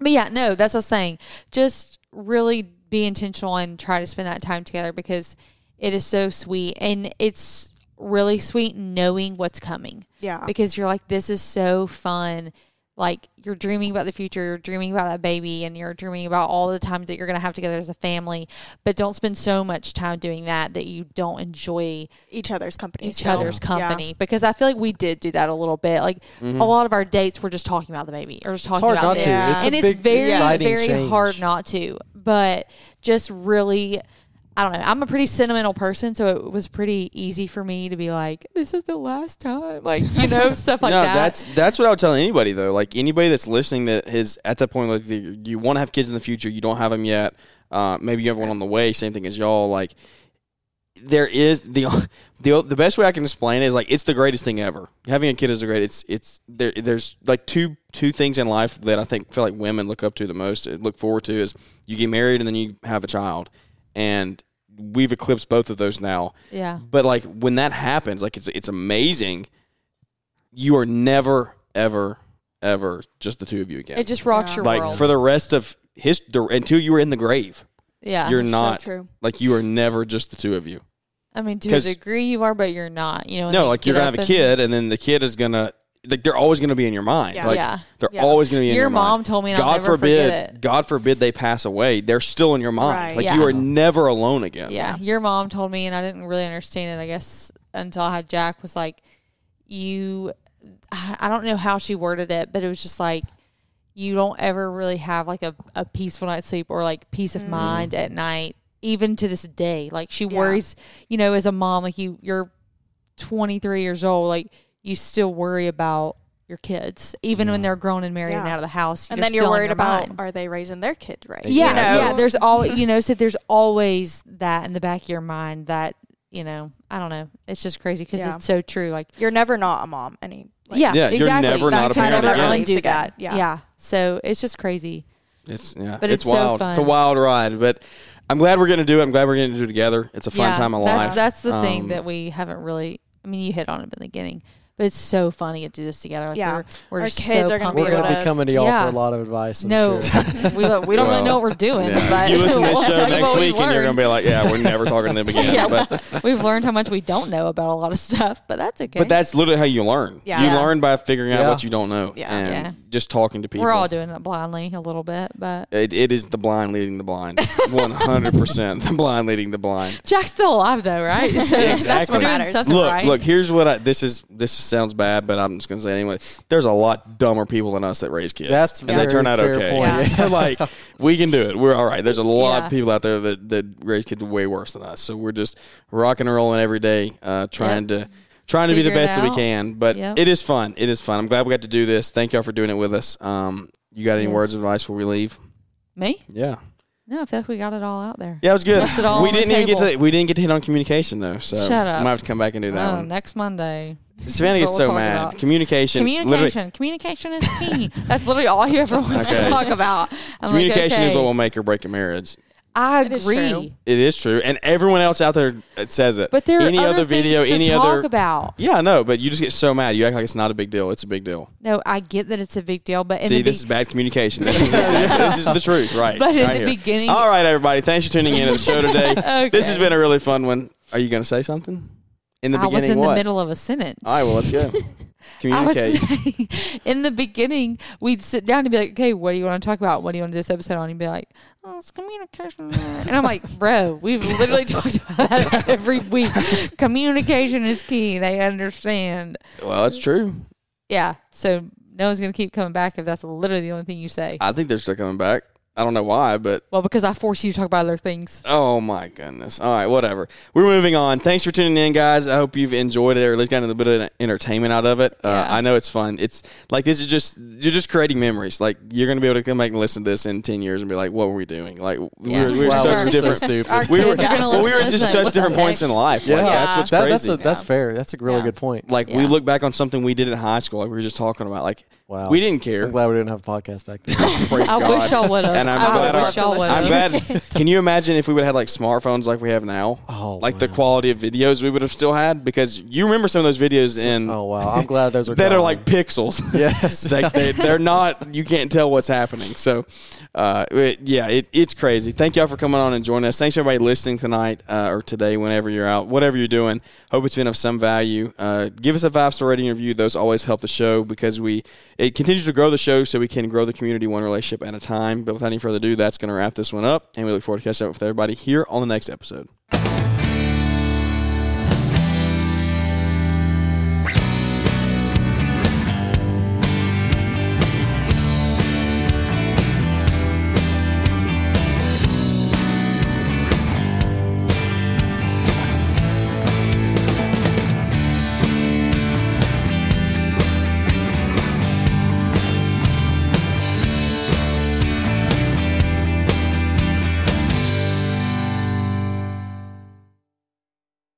But yeah, no, that's what I was saying. Just really be intentional and try to spend that time together because it is so sweet. And it's really sweet knowing what's coming Yeah. because you're like, this is so fun. Like you're dreaming about the future, you're dreaming about that baby, and you're dreaming about all the times that you're gonna have together as a family. But don't spend so much time doing that that you don't enjoy Each other's company. each still. other's Yeah. company because I feel like we did do that a little bit. Like Mm-hmm. a lot of our dates were just talking about the baby or just talking hard about not this. to. Yeah. It's a and it's big, very exciting very change. hard not to. But just really I don't know. I'm a pretty sentimental person, so it was pretty easy for me to be like, this is the last time. Like, you know, stuff like no, that. that's that's what I would tell anybody though. Like anybody that's listening that is at that point, like the, you want to have kids in the future, you don't have them yet. Uh, maybe you have one on the way. Same thing as y'all. Like there is the the the best way I can explain it is like it's the greatest thing ever. Having a kid is the great. It's it's there. There's like two two things in life that I think feel like women look up to the most, uh, look forward to is you get married and then you have a child, and we've eclipsed both of those now. yeah. But like when that happens, like it's it's amazing. You are never ever ever just the two of you again. It just rocks your like world. for the rest of his the, until you are in the grave, yeah. you're not true. like you are never just the two of you. I mean to a 'cause- degree you are, but you're not. You know, when No, they like you're get gonna have up a and- kid, and then the kid is gonna like they're always gonna be in your mind. Yeah. Like, Yeah. they're Yeah. always gonna be in your, Your mom mind. told me and I'll God never forbid, forget it. God forbid they pass away. They're still in your mind. Right. Like Yeah. you are never alone again. Yeah, your mom told me, and I didn't really understand it. I guess until I had Jack was like, you. I I don't know how she worded it, but it was just like you don't ever really have like a, a peaceful night's sleep or like peace Mm. of mind at night, even to this day. Like she worries, you know, as a mom, like you you're 23 years old, like you still worry about your kids, even when they're grown and married and Yeah. out of the house. And then you're still in worried your about mind. are they raising their kid right? Yeah, You know? yeah. There's all you know. So there's always that in the back of your mind that you know. I don't know. It's just crazy because Yeah. it's so true. Like, You're never not a mom. Any. like- yeah, Yeah, you're exactly. never not a you parent never again. really do Again. that. Yeah. Yeah. So it's just crazy. It's yeah, But it's, it's so wild. It's a fun. wild ride, but I'm glad we're gonna do it. I'm glad we're gonna do it together. It's a fun yeah, time of that's, life. That's the Um, thing that we haven't really. I mean, you hit on it in the beginning, but it's so fun to get to do this together. Like Yeah. we're, we're Our just kids so are gonna pumped We're going about to gonna- be coming to y'all Yeah. for a lot of advice. it. I'm no, sure. we, don't- we don't Well, really know what we're doing. yeah. But you listen to this we'll show talk next about what we week, and you're learned. gonna be like, "Yeah, we're never talking to them again." Yeah. But We've learned how much we don't know about a lot of stuff, but that's okay. but that's literally how you learn. Yeah. You Yeah. learn by figuring out Yeah. what you don't know Yeah. and Yeah. just talking to people. we're all doing it blindly a little bit, but It, it is the blind leading the blind. 100% the blind leading the blind. Jack's still alive though, right? So Exactly. We're doing matters. something Look, right. look, here's what I this is this sounds bad, but I'm just going to say it anyway. There's a lot dumber people than us that raise kids. That's and they very turn out fair okay. point. Yeah. So, like we can do it. We're all right. There's a lot Yeah. of people out there that that raise kids way worse than us. So we're just rocking and rolling every day uh trying to trying to be the Figure it best that we out. can, but Yep. it is fun. It is fun. I'm glad we got to do this. Thank y'all for doing it with us. Um you got any Yes. words of advice before we leave? Me? Yeah. No, I feel like we got it all out there. Yeah, it was good. Left it all we on the didn't even get table. to we didn't get to hit on communication though, so Shut up. might have to come back and do that Oh, one. next Monday. Savannah gets That's what so we'll talk mad. about. Communication, literally, Communication. Communication is key. That's literally all you ever wants Okay. to talk about. I'm like, communication is okay, what will make or break a marriage. I is true. agree. It is true, and everyone else out there uh, says it. But there are any other, other video, things any to other talk about. yeah, no, but you just get so mad. You act like it's not a big deal. It's a big deal. No, I get that it's a big deal, but in See, the this is be- bad communication. This is, this is the truth, right? But in right the here. beginning- all right, everybody, thanks for tuning in to the show today. This has Okay. been a really fun one. Are you going to say something? In the I beginning, was in what? the middle of a sentence. All right, well, let's go. I was Communicate. saying, in the beginning, we'd sit down and be like, okay, what do you want to talk about? What do you want to do this episode on? You'd be like, oh, it's communication. and I'm like, bro, we've literally talked about that every week. communication is key. They understand. well, that's true. Yeah. So no one's going to keep coming back if that's literally the only thing you say. I think they're still coming back. I don't know why, but well, because I force you to talk about other things. Oh my goodness! All right, whatever. We're moving on. Thanks for tuning in, guys. I hope you've enjoyed it, or at least gotten a bit of entertainment out of it. Uh, Yeah. I know it's fun. It's like this is just you're just creating memories. Like you're gonna be able to come back and listen to this in ten years and be like, "What were we doing?" Like we Yeah. were, we were Wow, such we're so different. stupid. Our we were, kids are gonna well, we were listen to just this such and different what the points in heck? life. Like, Yeah. that's what's That, crazy. that's a, that's fair. That's a really Yeah. good point. like we Yeah. look back on something we did in high school. Like we were just talking about. Like Wow. we didn't care. I'm glad we didn't have a podcast back then. Praise I God. wish y'all would have. And I'm glad I our- wish y'all would I'm have. glad. Can you imagine if we would have had like smartphones like we have now? Oh, like the wow. quality of videos we would have still had because you remember some of those videos in oh wow, I'm glad those are that are gone. like pixels. yes. like they, they're not. You can't tell what's happening. So, uh, it, yeah, it, it's crazy. Thank y'all for coming on and joining us. Thanks to everybody listening tonight uh, or today, whenever you're out, whatever you're doing. Hope it's been of some value. Uh, give us a five star rating and review. Those always help the show because we it continues to grow the show, so we can grow the community one relationship at a time. But without any further ado, that's going to wrap this one up, and we look forward to catching up with everybody here on the next episode.